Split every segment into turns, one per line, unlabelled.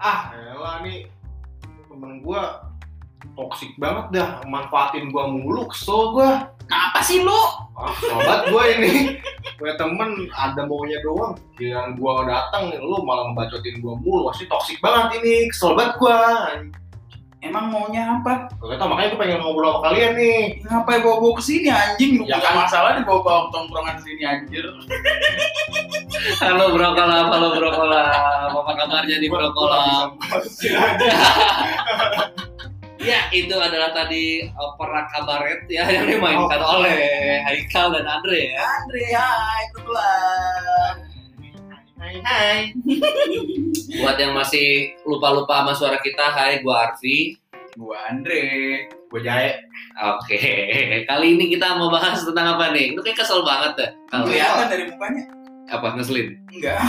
ah elah nih temen gua toksik banget dah manfaatin gua mulu kesel gua
Kenapa Nah, sih lu?
ah sobat gua ini punya temen ada maunya doang giliran gua datang lu malah ngebacotin gua mulu pasti toksik banget ini kesel banget gua
Emang maunya apa?
gak tau makanya gua pengen ngobrol sama kalian nih
Ngapain bawa-bawa ke sini anjing? Lu
Ya
punya
kan?
masalah dibawa-bawa ke tongkrongan sini anjir.
Halo Brokolab, halo Brokolab. Apa kabarnya di
Gua- gua nggak
Brokolab?
bisa bahas.
Ya, itu adalah tadi eh, perak kabaret ya yang dimainkan
Oh.
oleh Haikal dan Andre ya.
Andre, hai, kebetulan.
Hai, hai.
Hai.
Buat yang masih lupa-lupa sama suara kita, hai gua Arfi.
Gua Andre.
gua jahe
Oke, kali ini kita mau bahas tentang apa nih? Lu kayak kesel banget deh. Kalau
Iya.
Kelihatan kan dari mukanya?
apa ngeselin?
Enggak.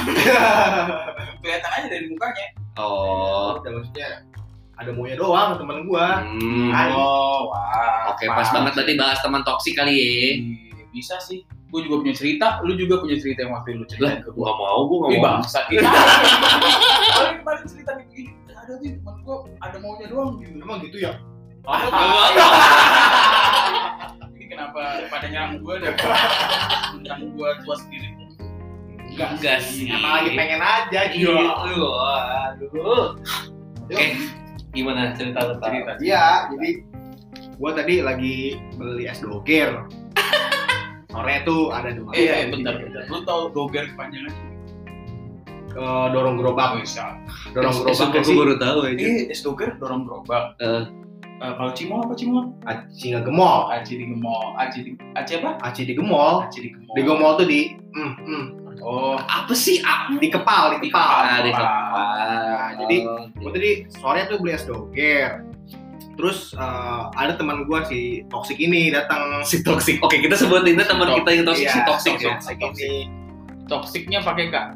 Kelihatan aja dari mukanya.
Oh.
Ya, maksudnya ada maunya doang temen gua
Hmm.
Hai.
Oh, wah.
Oke, pas banget berarti bahas teman toksik kali ya.
Ih, Bisa sih. Gue juga punya cerita, lu juga punya cerita yang waktu lu
Lah,
cerita ke
gua
gue.
nggak mau, gua nggak
Ih
mau.
bangsa kita. Kemarin kemarin cerita kayak gini, ada tuh teman gue ada maunya doang gitu.
emang gitu ya
Ini kenapa pada nyerang gue dan tentang gue tua sendiri.
Enggak sih.
emang lagi pengen aja gitu
Gitu, aduh. Oke, gimana cerita lu Pak?
Cerita.
Iya, jadi gua tadi lagi beli es doger. Sore tuh ada dua.
Eh, eh,
Iya.
bentar, bentar. Lu tau doger kepanjangan?
Ke Eh, dorong gerobak,
bisa.
dorong
Eh,
gerobak
syukur
sih.
gua baru tahu aja.
Eh, es doger dorong gerobak.
Eh.
Eh, kalau cimol apa cimol?
Aci nggak gemol,
Oh, Aci di gemol. Aci di Aci apa?
aci di gemol.
Aci Oh, di
Oh.
gemol.
Di gemol tuh di, mm, mm,
Oh,
Apa sih? Ah,
di kepal, di kepal.
ah, di kepala.
Nah, jadi Gua tadi sore tuh beli es doger. Terus eh, ada teman gua si toksik ini datang.
si toksik. Oke, kita sebutin aja teman kita yang toksik si
Iya,
toksik ya.
toksik ini.
toksiknya pakai kak.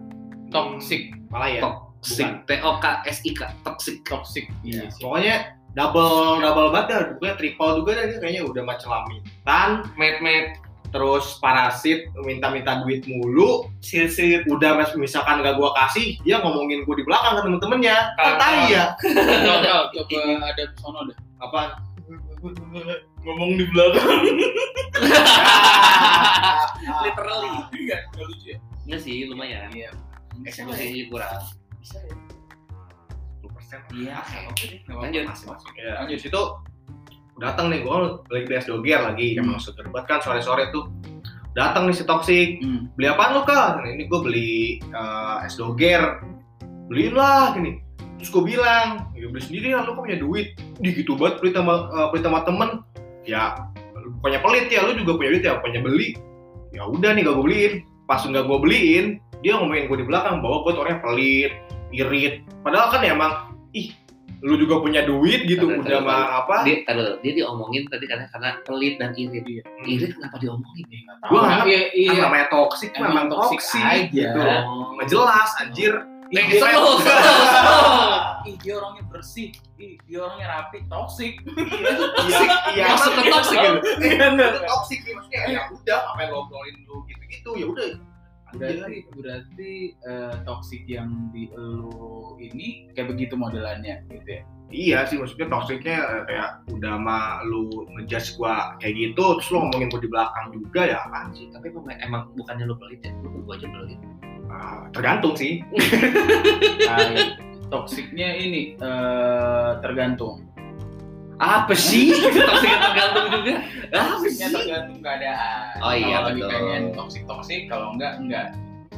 Toksik,
Malah ya.
Toksik. T O K S I K. Toksik.
toksik.
Iya, pokoknya double double badar, pokoknya triple juga dah dia kayaknya udah macam lamitan,
Met met.
terus parasit minta-minta duit mulu
Sit sit.
udah mas misalkan gak gua kasih dia ngomongin gua di belakang ke temen-temennya
Kagak.
kata iya
Coba coba ada sono deh.
apa
Ngomong di belakang.
Literally.
Iya, nggak lucu ya.
Enggak sih, lumayan.
Iya.
Eksekusinya kurang.
Bisa ya.
Iya.
Oke, nggak apa-apa.
Lanjut.
Masuk, masuk.
ya, habis itu datang nih gua lagi beli es doger lagi
Hmm.
emang seger banget kan sore-sore tuh datang nih si toksik
Hmm.
beli apaan lu kal Nah, ini gue beli eh, es doger beliin lah gini terus gue bilang ya beli sendiri lah lu kan punya duit di gitu banget pelit sama eh, pelit sama temen ya lu bukannya pelit ya lu juga punya duit ya punya beli ya udah nih gak gue beliin pas nggak gue beliin dia ngomongin gue di belakang bahwa gue tuh orangnya pelit irit padahal kan emang ih lu juga punya duit gitu
Tadi-
udah
tadi-
mah apa
Dia, taruh, dia diomongin tadi karena karena pelit dan irit. Irit kenapa diomongin? ya?
gue nganggap
iya, iya.
yang Kan namanya toksik
Emang
memang
toksik
toksik,
aja.
gitu
Oh.
ngejelas anjir
Ih,
Eh,
dia-
seru, seru, seru.
Ih, dia orangnya bersih. Ih, dia orangnya rapi, toksik.
toxic iya
Masuk ke toxic ya?
iya itu toxic sih maksudnya ya udah ngapain ngobrolin lu gitu gitu ya udah
Berarti berarti eh, toksik yang di elu ini kayak begitu modelannya gitu ya.
iya sih maksudnya toxicnya eh, kayak udah mah lu ngejudge gua kayak gitu terus lu ngomongin gua di belakang juga ya
Apaan sih? Tapi emang, emang bukannya lu pelit ya? Lu gua aja pelit.
ah, tergantung sih
Nah, toksiknya ini eh, tergantung.
Apa sih? Toksiknya tergantung juga. Apa
Toksiknya
sih?
tergantung keadaan.
Oh, iya,
kalau lagi
betul.
pengen toksik-toksik, kalau enggak enggak.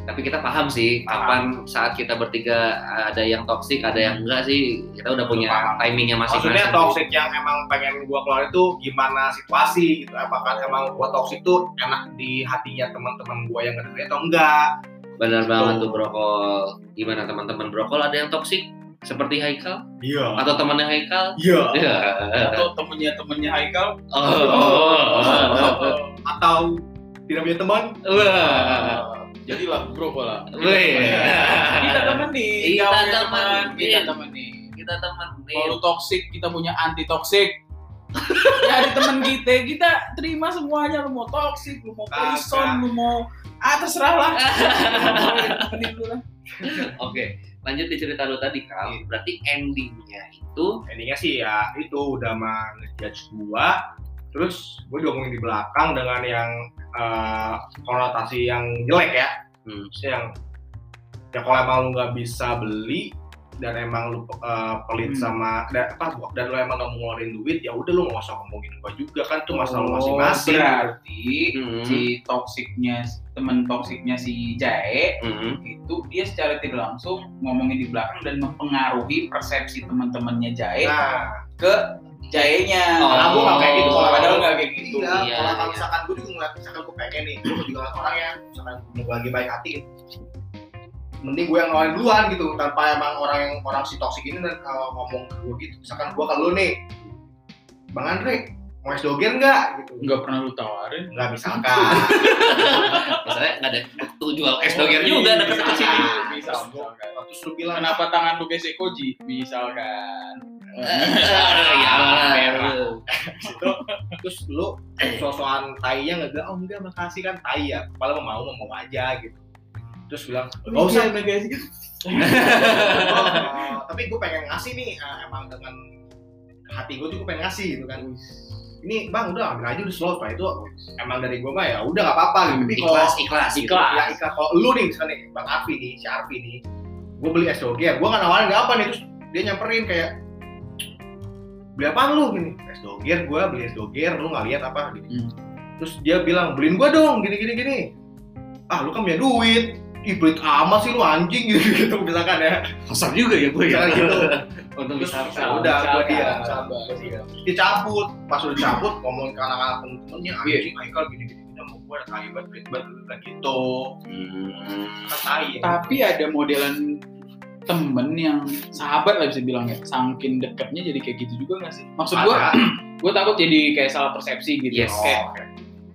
Tapi kita paham sih kapan saat kita bertiga ada yang toksik, ada yang enggak sih. Kita udah punya
Paham.
timingnya masing-masing.
maksudnya toxic yang emang pengen gua keluar itu gimana situasi gitu apakah emang gua toxic tuh enak di hatinya teman-teman gua yang kedengerin atau enggak
Benar banget tuh brokol. Gimana teman-teman brokol ada yang toksik? Seperti Haikal
iya
atau temannya Haikal?
iya
Ya.
Atau temennya temennya Haikal.
Oh, oh, oh, oh.
atau tidak punya teman
Wah.
Jadilah bro pola.
Wih.
Kita temen nih. Kita
Ah. Kita
punya
temenin.
teman, Kita temen nih.
Kita teman
Kalau
Iya.
lu toksik, kita punya anti toksik. Dari temen kita, kita terima semuanya. Lu mau toksik, lu mau
Kagak.
prison, lu mau ah terserah lah. Temenin lu lah.
Oke, lanjut di cerita lu tadi Kal,
Iya.
berarti endingnya itu
endingnya sih ya itu udah mah ngejudge gua terus gua diomongin di belakang dengan yang eh, konotasi yang jelek ya
hmm,
Maksudnya yang ya kalau emang lu nggak bisa beli dan emang lu eh, pelit
Hmm.
sama dan apa dan lu emang nggak mau ngeluarin duit ya udah lu nggak usah ngomongin gua juga kan tuh masalah lu
Oh,
masing-masing
Berarti
Hmm.
si toksiknya teman toksiknya si Jae
hmm.
itu dia secara tidak langsung ngomongin di belakang dan mempengaruhi persepsi teman-temannya Jae
nah
Jae-nya.
Oh,
kalau gua nggak kayak gitu kalau
padahal
padahal
nggak kayak gitu.
Iya,
Iya,
kalau kalau
iya.
misalkan gue juga ngeliat, misalkan gue pengen nih, gue juga ngeliat orang yang misalkan gue lagi baik hati, gitu. mending gue yang ngeluarin duluan gitu, tanpa emang orang yang orang si toksik ini dan kalau ngomong ke gue gitu, misalkan gue ke lu nih, Bang Andre, mau es doger nggak? Gitu.
Nggak pernah lu tawarin.
Nggak misalkan.
Masalahnya nggak ada waktu jual Oh, es
Oh,
doger
iya,
juga ada
kesempatan
kesempatan
sini.
Bisa, misalkan.
Terus lu bilang,
Kenapa tangan lu kayak Sekoji? Misalkan.
ya
Merah.
gitu. terus lu sosokan tainya nggak oh enggak makasih kan tai ya, paling mau mau mau aja gitu. Terus bilang, nggak usah
guys.
Oh, tapi gue pengen ngasih nih eh, emang dengan hati gue tuh gue pengen ngasih gitu kan ini bang udah ambil aja udah slow pak itu emang dari gue mah ya udah gak apa-apa gitu tapi kalau
ikhlas ikhlas gitu.
Ikhlas. Iya,
ya Ika, kalau lu nih misalnya nih bang Arfi nih si Arfi nih gue beli es doger gue kan awalnya gak apa nih terus dia nyamperin kayak beli apaan lu gini es doger gue beli es doger lu gak lihat apa gitu
Hmm.
terus dia bilang beliin gue dong gini gini gini ah lu kan punya duit Ih, pelit amat sih lu anjing gitu, gitu misalkan ya
kasar juga ya gue
Iya.
misalkan gitu
untuk
terus
bisa
ya udah gue dia
sabar.
dicabut pas udah dicabut ngomong ke anak-anak temen-temennya
Iya.
anjing Michael gini-gini udah mau gue ada kali buat berat berat gitu
Hmm.
kan tai ya.
Tapi ada modelan temen yang sahabat lah bisa bilang ya saking dekatnya jadi kayak gitu juga gak sih maksud gue
Ada.
gue takut jadi kayak salah persepsi gitu
Yes.
kayak
oke.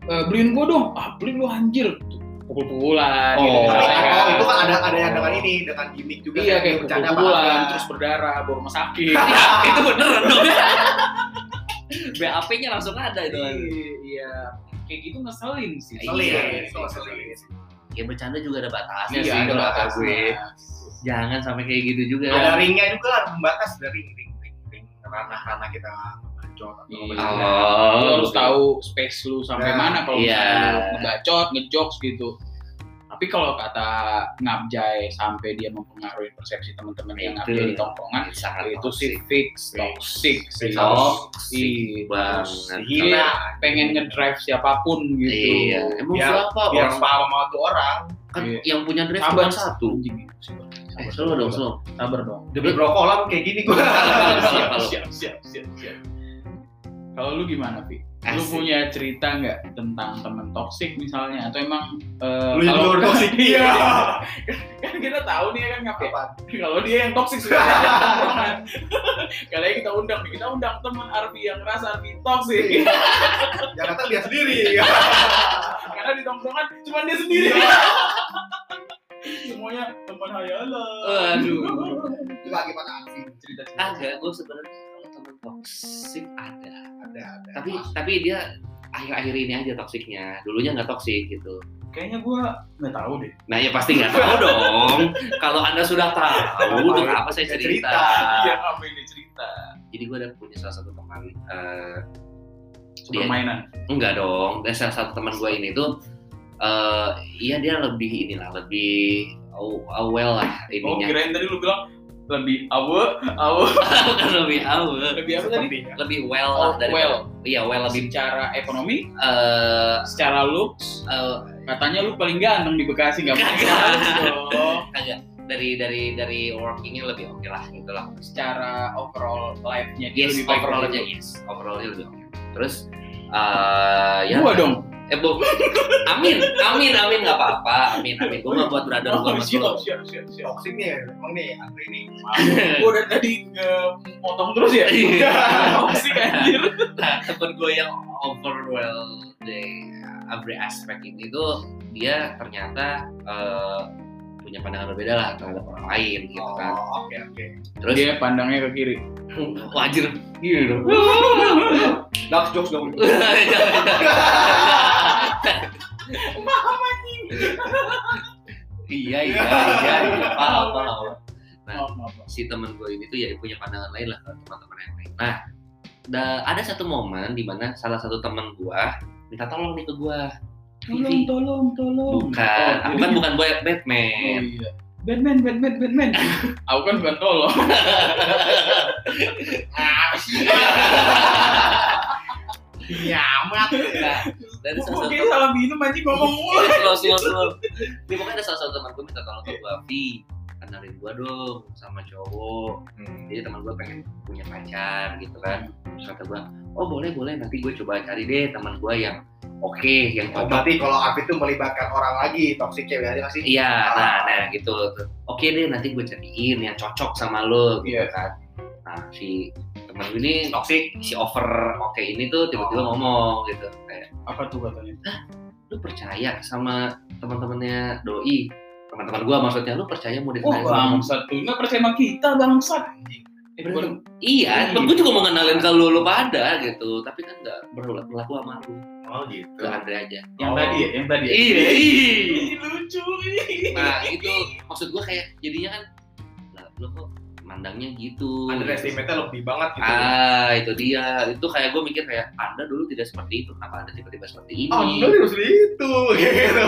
e, beliin gue dong ah beliin lu anjir pukul-pukulan gitu
Oh.
tapi kan kalau
misalnya kan.
itu kan ada ada yang dengan ini dengan gimmick juga kan,
iya kayak
bercanda kan,
pukul-pukulan
banget.
terus berdarah bawa rumah sakit
Iya,
itu bener dong BAP-nya langsung ada itu.
iya kayak gitu ngeselin sih gitu.
Selin,
Iya,
selin, selin.
Ya bercanda juga ada batasnya
Iya,
sih
ada
kalau kata
batas.
gue. Jangan sampai kayak gitu
Iya.
juga.
ada ringnya juga lah membatas dari ring ring ring ring ranah-ranah kita ngebacot atau
Iya.
ngebacot.
lu
Oh,
harus tahu space lu sampai
Nah,
mana kalau
iya.
misalnya lu ngebacot, ngejokes gitu. Tapi kalau kata ngabjai sampai dia mempengaruhi persepsi teman-teman yang
Itu.
ngabjai di tongkrongan,
Kan sangat
itu
toxic.
sih fix, toxic, sih. Iya.
toxic
Ih,
banget.
Gila.
pengen ngedrive siapapun gitu.
Iya, emang
Biar-
siapa
biar
orang
paham sama tuh orang
kan
Iya.
yang punya drive
Sabar
cuma satu.
Anjing, sabar.
Eh, slow dong, slow.
Sabar dong.
demi brokolan kayak gini gue
Sabar, sabar.
Siap, siap, siap, siap. Kalau lu gimana, Pi? Lu
Asik.
punya cerita nggak tentang temen toksik misalnya? Atau emang eh,
Lu juga orang toksik?
Iya. kan kita tahu nih kan ngapain?
apa
Kalau dia yang toksik sebenarnya. Kali ini kita undang nih, kita undang teman Arfi yang ngerasa Arfi toksik.
yang datang dia Ya, sendiri
Karena di tongkrongan cuma dia sendiri. Semuanya teman hayalan.
Aduh. Ah,
coba gimana Arfi?
Cerita-cerita.
Kagak, gue sebenarnya kalau temen toxic ada.
ada ada
Tapi tapi dia akhir-akhir ini aja toksiknya. Dulunya nggak toksik gitu.
Kayaknya gua nggak tahu deh.
Nah ya pasti nggak tahu dong. Kalau anda sudah tahu, untuk apa saya
Ya,
cerita?
cerita.
Iya, apa ini cerita?
Jadi gue ada punya salah satu teman, eh,
Super mainan.
enggak dong. Dan salah satu teman gue ini tuh, eh, iya dia lebih inilah, lebih aw- awel lah
Oh,
ininya.
kirain tadi lu bilang lebih awe, awe,
Bukan lebih awel,
lebih apa tadi?
Sepertinya.
lebih well lah
Oh,
dari
well.
Iya well lebih.
Secara ekonomi,
eh
secara looks,
eh,
katanya lu paling ganteng di Bekasi, nggak mungkin
Kagak.
harus dong.
dari dari dari workingnya lebih oke lah gitu lah.
secara overall life-nya dia
Yes,
Iya, lebih baik
overallnya
dari
yes, overallnya lebih oke. Terus eh
lu.
ya
Gua dong.
Eh, bu, amin, amin, amin, nggak apa-apa, amin, amin. Gue nggak buat brother gue
Oh,
mas
siap,
lo.
siap, siap, siap.
toxic nih emang nih Andre ini
Gua udah tadi potong terus ya.
Iya.
Toxic anjir.
Nah, temen gue yang overwhelmed dari every aspect ini tuh dia ternyata eh, punya pandangan berbeda lah terhadap orang lain gitu
oh
kan.
oke oke
Terus
Dia Iya pandangnya ke kiri.
wajar gitu.
dark jokes dong
Iya, iya iya iya iya paham paham. Nah,
Maaf, maaf, maaf.
si temen gue ini tuh ya punya pandangan lain lah ke teman-teman yang lain. Nah, da- ada satu momen di mana salah satu temen gue minta tolong nih ke gue.
Tolong,
Vivi.
tolong, tolong.
Bukan,
Oh,
aku
jadi-
kan bukan boy
Oh,
Batman.
iya. Batman, Batman, Batman. Aku kan bukan tolong.
Ah, sih. Ya amat.
Nah, dan
Gue
salah satu
kayaknya salah minum aja ngomong mulu.
slow slow slow ini pokoknya ada salah satu teman gue minta tolong ke gue Vi kenalin gue dong sama cowok jadi teman gue pengen punya pacar gitu kan
Hmm.
terus kata gue oh boleh boleh nanti gue coba cari deh teman gue yang oke yang
Oh,
cocok
berarti kalau Afi itu melibatkan orang lagi toksik ya berarti masih
iya nah nah gitu Terus, oke deh nanti gue cariin yang cocok sama lo gitu
Iya.
kan nah si teman gue ini
toksik.
si over oke ini tuh
Oh.
tiba-tiba ngomong gitu kayak
Apa tuh katanya?
lu percaya sama teman-temannya doi teman-teman gua maksudnya lu percaya mau
Oh,
dikenalin sama-
bangsat tuh. Nggak percaya sama kita, bangsat. Eh,
Bener.
bukan-
iya
Iya.
temen gua juga mau ngenalin ke lu lu pada gitu tapi kan nggak berlaku berlaku sama lu
Oh gitu.
ke Andre aja
yang
Oh.
tadi ya, yang tadi ya.
iya
Ih, lucu ih.
nah itu maksud gua kayak jadinya kan lah lu kok mandangnya gitu
Underestimate-nya lebih banget gitu.
ah itu dia itu kayak gua mikir kayak anda dulu tidak seperti itu kenapa anda tiba-tiba seperti ini
Oh, dulu harus itu gitu.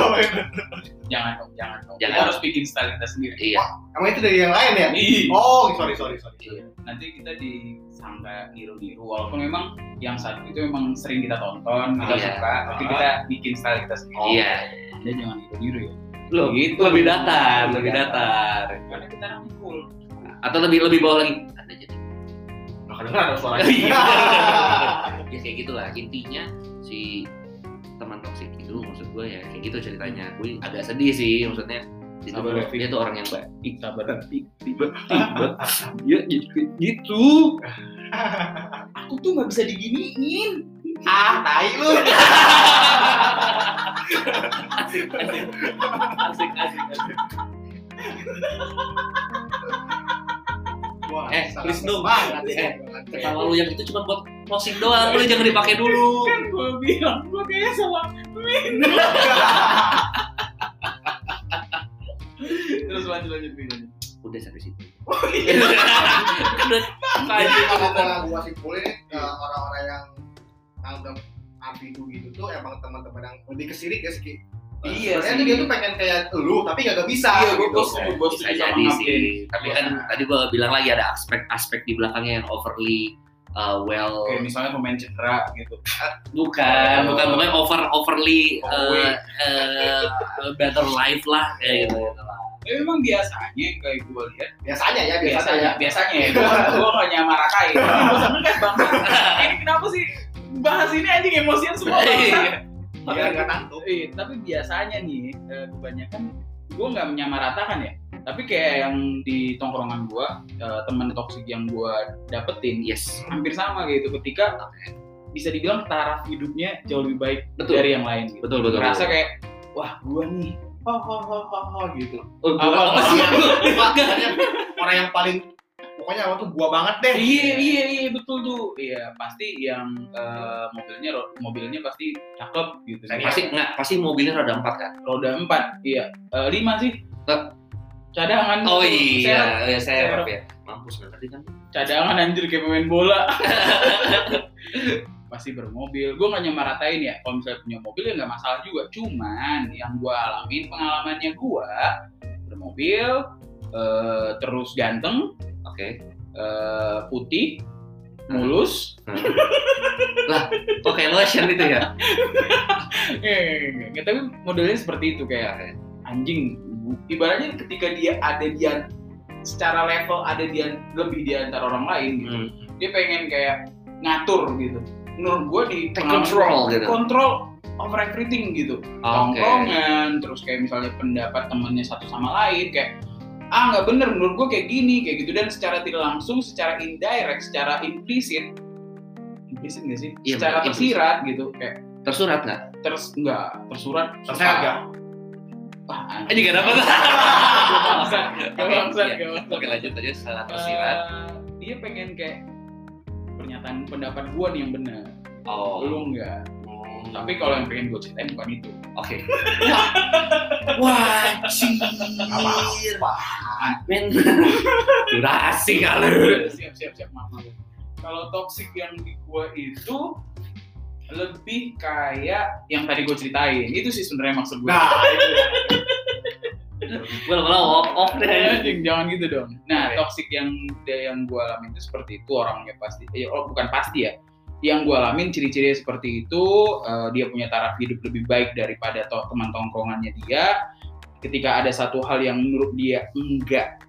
jangan dong, jangan Iya. dong.
Jangan.
Kita harus bikin style kita sendiri.
iya
Emang itu dari yang lain ya?
Ih.
Oh, sorry sorry sorry.
Iya.
nanti kita disangka niru-niru walaupun memang yang satu itu memang sering kita tonton kita
Iya.
suka tapi kita bikin style kita sendiri
iya
Anda jangan niru-niru ya
lu
Gitu.
lebih datar lebih datar
karena kita orang cool
atau lebih lebih bawah lagi anda jadi
Nah, kadang ada suara.
Iya. ya kayak gitulah intinya si teman toksik itu maksud gue ya kayak gitu ceritanya gue agak sedih sih maksudnya Dia tuh-
Sabar, Fit.
dia tuh orang yang baik
kita berhenti
ya gitu
aku tuh nggak bisa diginiin
ah, tai lu.
asik asik asik asik, asik.
Wah,
Eh,
sangat
please dong.
semangat ya.
Eh, ketawa lu yang itu cuma buat closing doang lu jangan dipakai dulu
kan gue bilang gue kayaknya salah terus lanjut lanjut lanjut
udah sampai situ Kan
Jadi Iya, kalau orang gua simpulin eh, orang-orang yang nganggap api itu gitu tuh emang teman-teman yang lebih kesirik ya sih.
Iya
Sebenarnya
sih.
dia tuh pengen kayak lu tapi gak, bisa.
Iya, gua
gitu.
bos- gua
bisa
setuju sama
jadi
Abdul.
sih tapi kan tadi gue bilang lagi ada aspek-aspek di belakangnya yang overly uh, well
kayak misalnya pemain cedera gitu
bukan
Oh.
bukan bukan over overly
Oh,
uh, uh, better life lah kayak gitu
tapi memang biasanya kayak gue lihat
Biasanya ya biasanya.
biasanya biasanya ya gue gue nggak nyamaratain gue seneng kan bang ini kenapa sih bahas ini anjing emosian semua bang
Iya.
Biar nggak tanggung.
Eh, tapi biasanya nih eh, kebanyakan gue nggak menyamaratakan ya tapi kayak yang di tongkrongan gue eh, teman toksik yang gue dapetin
yes
hampir sama gitu ketika bisa dibilang taraf hidupnya jauh lebih baik
Betul.
dari yang lain gitu.
betul betul
Merasa kayak wah gue nih ho ho ho ho ho gitu
oh,
apa-
apa sih
Wah, pokoknya ya. orang yang paling pokoknya waktu tuh gua banget deh.
iya iya iya betul tuh iya pasti yang eh, mobilnya ro- mobilnya pasti cakep gitu
pasti nggak pasti mobilnya roda empat kan
roda empat iya Eh, lima sih
Eh.
cadangan
oh
Tuh, serep.
iya ya saya
Serep.
ya mampus nggak tadi kan
cadangan anjir kayak pemain bola pasti bermobil gue gak nyemaratain ya kalau misalnya punya mobil ya nggak masalah juga cuman yang gue alamin pengalamannya gue bermobil eh, terus ganteng
oke
eh, putih mulus
Hmm. oke lotion itu ya
Eh, tapi modelnya seperti itu kayak
Oke.
anjing ibaratnya ketika dia ada dia secara level ada dia lebih di antara orang lain gitu.
Hmm.
dia pengen kayak ngatur gitu menurut gue di
Take
pengalaman
control
gua,
gitu.
control over everything gitu
oke
tongkrongan terus kayak misalnya pendapat temennya satu sama lain kayak ah nggak bener menurut gue kayak gini kayak gitu dan secara tidak langsung secara indirect secara implisit implisit nggak sih
Iya,
secara
bener,
tersirat gitu kayak
tersurat nggak
terus nggak tersurat
Tersirat nggak?
Wah,
ini nggak dapat
Bangsa, bangsa,
Oke,
bangsa.
iya. oke lanjut aja salah tersirat
Eh, dia pengen kayak pernyataan pendapat gue nih yang benar Eh,
oh
lu nggak tapi kalau yang pengen gue ceritain bukan itu
Oke. Wah, wah, anjir.
Apa-apa.
apaan?
men durasi kali
Iya, siap siap siap maaf maaf. kalau toxic yang di gua itu lebih kayak yang tadi gua ceritain itu sih sebenarnya maksud gua
Nah, itu ya.
gue lama walk off deh
Anjing, jangan gitu dong. Nah,
Oke.
toxic yang yang gue alamin itu seperti itu orangnya pasti. Eh, oh, bukan pasti ya. Yang gue alamin ciri-ciri seperti itu, eh, dia punya taraf hidup lebih baik daripada to- teman tongkrongannya dia. Ketika ada satu hal yang menurut dia enggak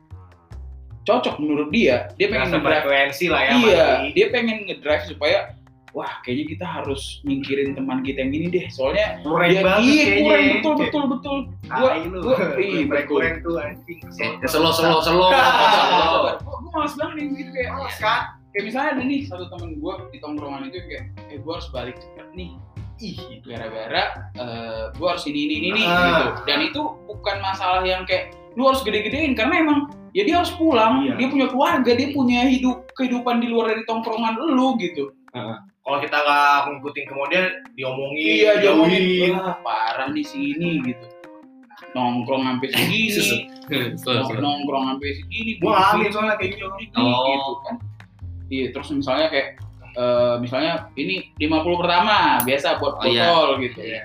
cocok menurut dia, dia pengen
Rasa
ngedrive.
frekuensi lah ya.
Iya,
Mati.
dia pengen ngedrive supaya wah kayaknya kita harus nyingkirin teman kita yang ini deh. Soalnya
Kurang
dia
banget
iya,
kayaknya. ya.
kurang betul betul betul. Gua
Tai lu.
gua- iya,
Kurang-kurang tuh anjing.
selo selo selo
Ah, gue males banget yang gitu kayak
Iya. Males kan?
kayak misalnya ada nih satu temen gue di tongkrongan itu kayak eh gue harus balik cepet nih ih gara-gara gue harus ini ini ini nih
Ah.
gitu dan itu bukan masalah yang kayak lu harus gede-gedein karena emang ya dia harus pulang
Iya.
dia punya keluarga dia punya hidup kehidupan di luar dari tongkrongan lu gitu
Kalau kita nggak ngikutin kemudian diomongin,
iya dia
dijauhin.
ngomongin wah parah nih si ini gitu nongkrong sampai
Susu.
segini nong- nongkrong sampai segini
Gua ngalamin soalnya kayak gitu.
gitu
Oh.
gitu kan iya terus misalnya kayak eh, misalnya ini 50 pertama biasa buat
Oh,
botol
iya.
gitu ya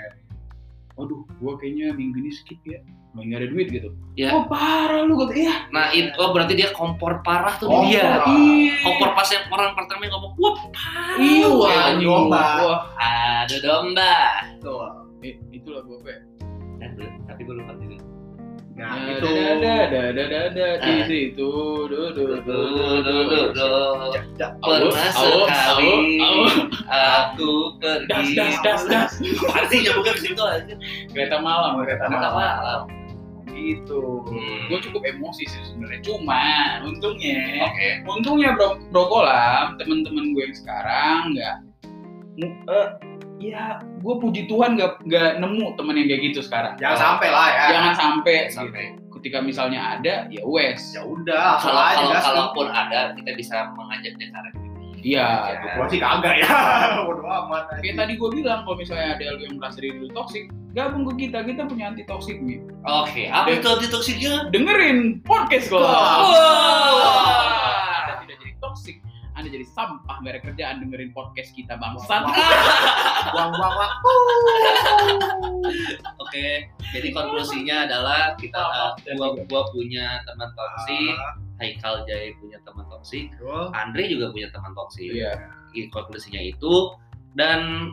waduh gua kkayaknya minggu ini skip ya emang nggak ada duit gitu
Iya.
oh parah lu kata iya
nah itu oh, berarti dia kompor parah tuh
Kompor.
dia
iya
kompor pas yang orang pertama yang ngomong wah parah
iya
lu."
wah,
Kayak domba.
wah.
adu domba
Betul.
Eh, itulah gua kayak
Dan gue- tapi gue lupa gitu
Nah,
Iya,
itu.
ada ada ada ada ada di
Ah.
situ du du du
Duh, duh,
du
duh, duh, duh.
Ja- ja-
Awas,
Pernah
awas,
sekali
awas,
aku
das
pergi.
das das das
Apaan sih nyambungnya ke situ aja?
kereta malam kereta
Karena
malam
malam.
gitu
Hmm.
gue cukup emosi sih sebenarnya cuman untungnya
Oke.
untungnya bro bro kolam temen-temen gue yang sekarang nggak mu- eh, ya gue puji Tuhan nggak nggak nemu temen yang kayak gitu sekarang
Jangan sampai lah ya.
jangan sampai
Jangan sampai.
gitu. ketika misalnya ada ya wes
Ya udah, asal
Kalau
aja
kalau
gas.
kalaupun ada kita bisa mengajaknya ke arah itu.
iya
Ya.
Gua sih kagak ya. Bodoh amat.
kayak tadi gue bilang kalau misalnya ada lu yang merasa diri lu toksik gabung ke kita kita punya anti toksik nih
Oke, apa itu antitoksiknya?
dengerin podcast gue
Wah.
anda tidak jadi toksik anda jadi sampah gak ada kerjaan dengerin podcast kita bangsat
Buang-buang waktu.
Oke, jadi konklusinya adalah kita uh, gua gua punya teman toksik, Haikal Jaya punya teman toksik,
Betul.
Andre juga punya teman toksik.
iya
Jadi Konklusinya itu dan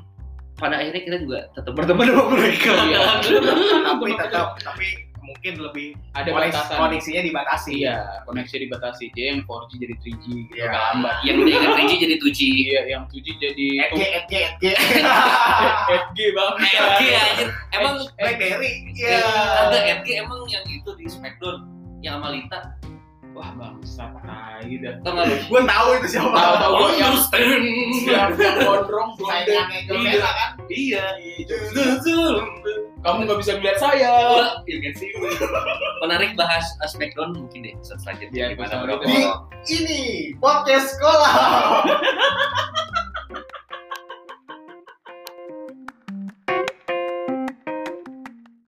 pada akhirnya kita juga tetap berteman
sama mereka.
Iya.
tapi tetap tapi mungkin lebih
Iya. ada
koneksi-
batasan
koneksinya dibatasi.
Iya, koneksi dibatasi. Dia yang 4G jadi 3G gitu
Iya.
agak lambat.
yang dari 3G jadi 2G.
Iya, yang 2G jadi
EG EG EG.
8G banget.
FG Eh, anjir. Emang eh,
BlackBerry. Iya.
ada ya? FG emang yang itu di Smackdown yang sama Lita.
Wah, bangsat tai gitu.
Tau gak lu?
Gue tahu itu
Tahu,
siapa. Oh, iya.
tahu. Iya. gua yang-
Understand.
Yang yang gondrong
Sayangnya Angel Bella kan.
Iya.
Kamu nggak bisa melihat saya.
Wah, iya kan sih. Menarik bahas uh,
Iya,
Smackdown mungkin deh set
Biar
selanjutnya gimana
bersama
bro.
kita.
Ini podcast sekolah.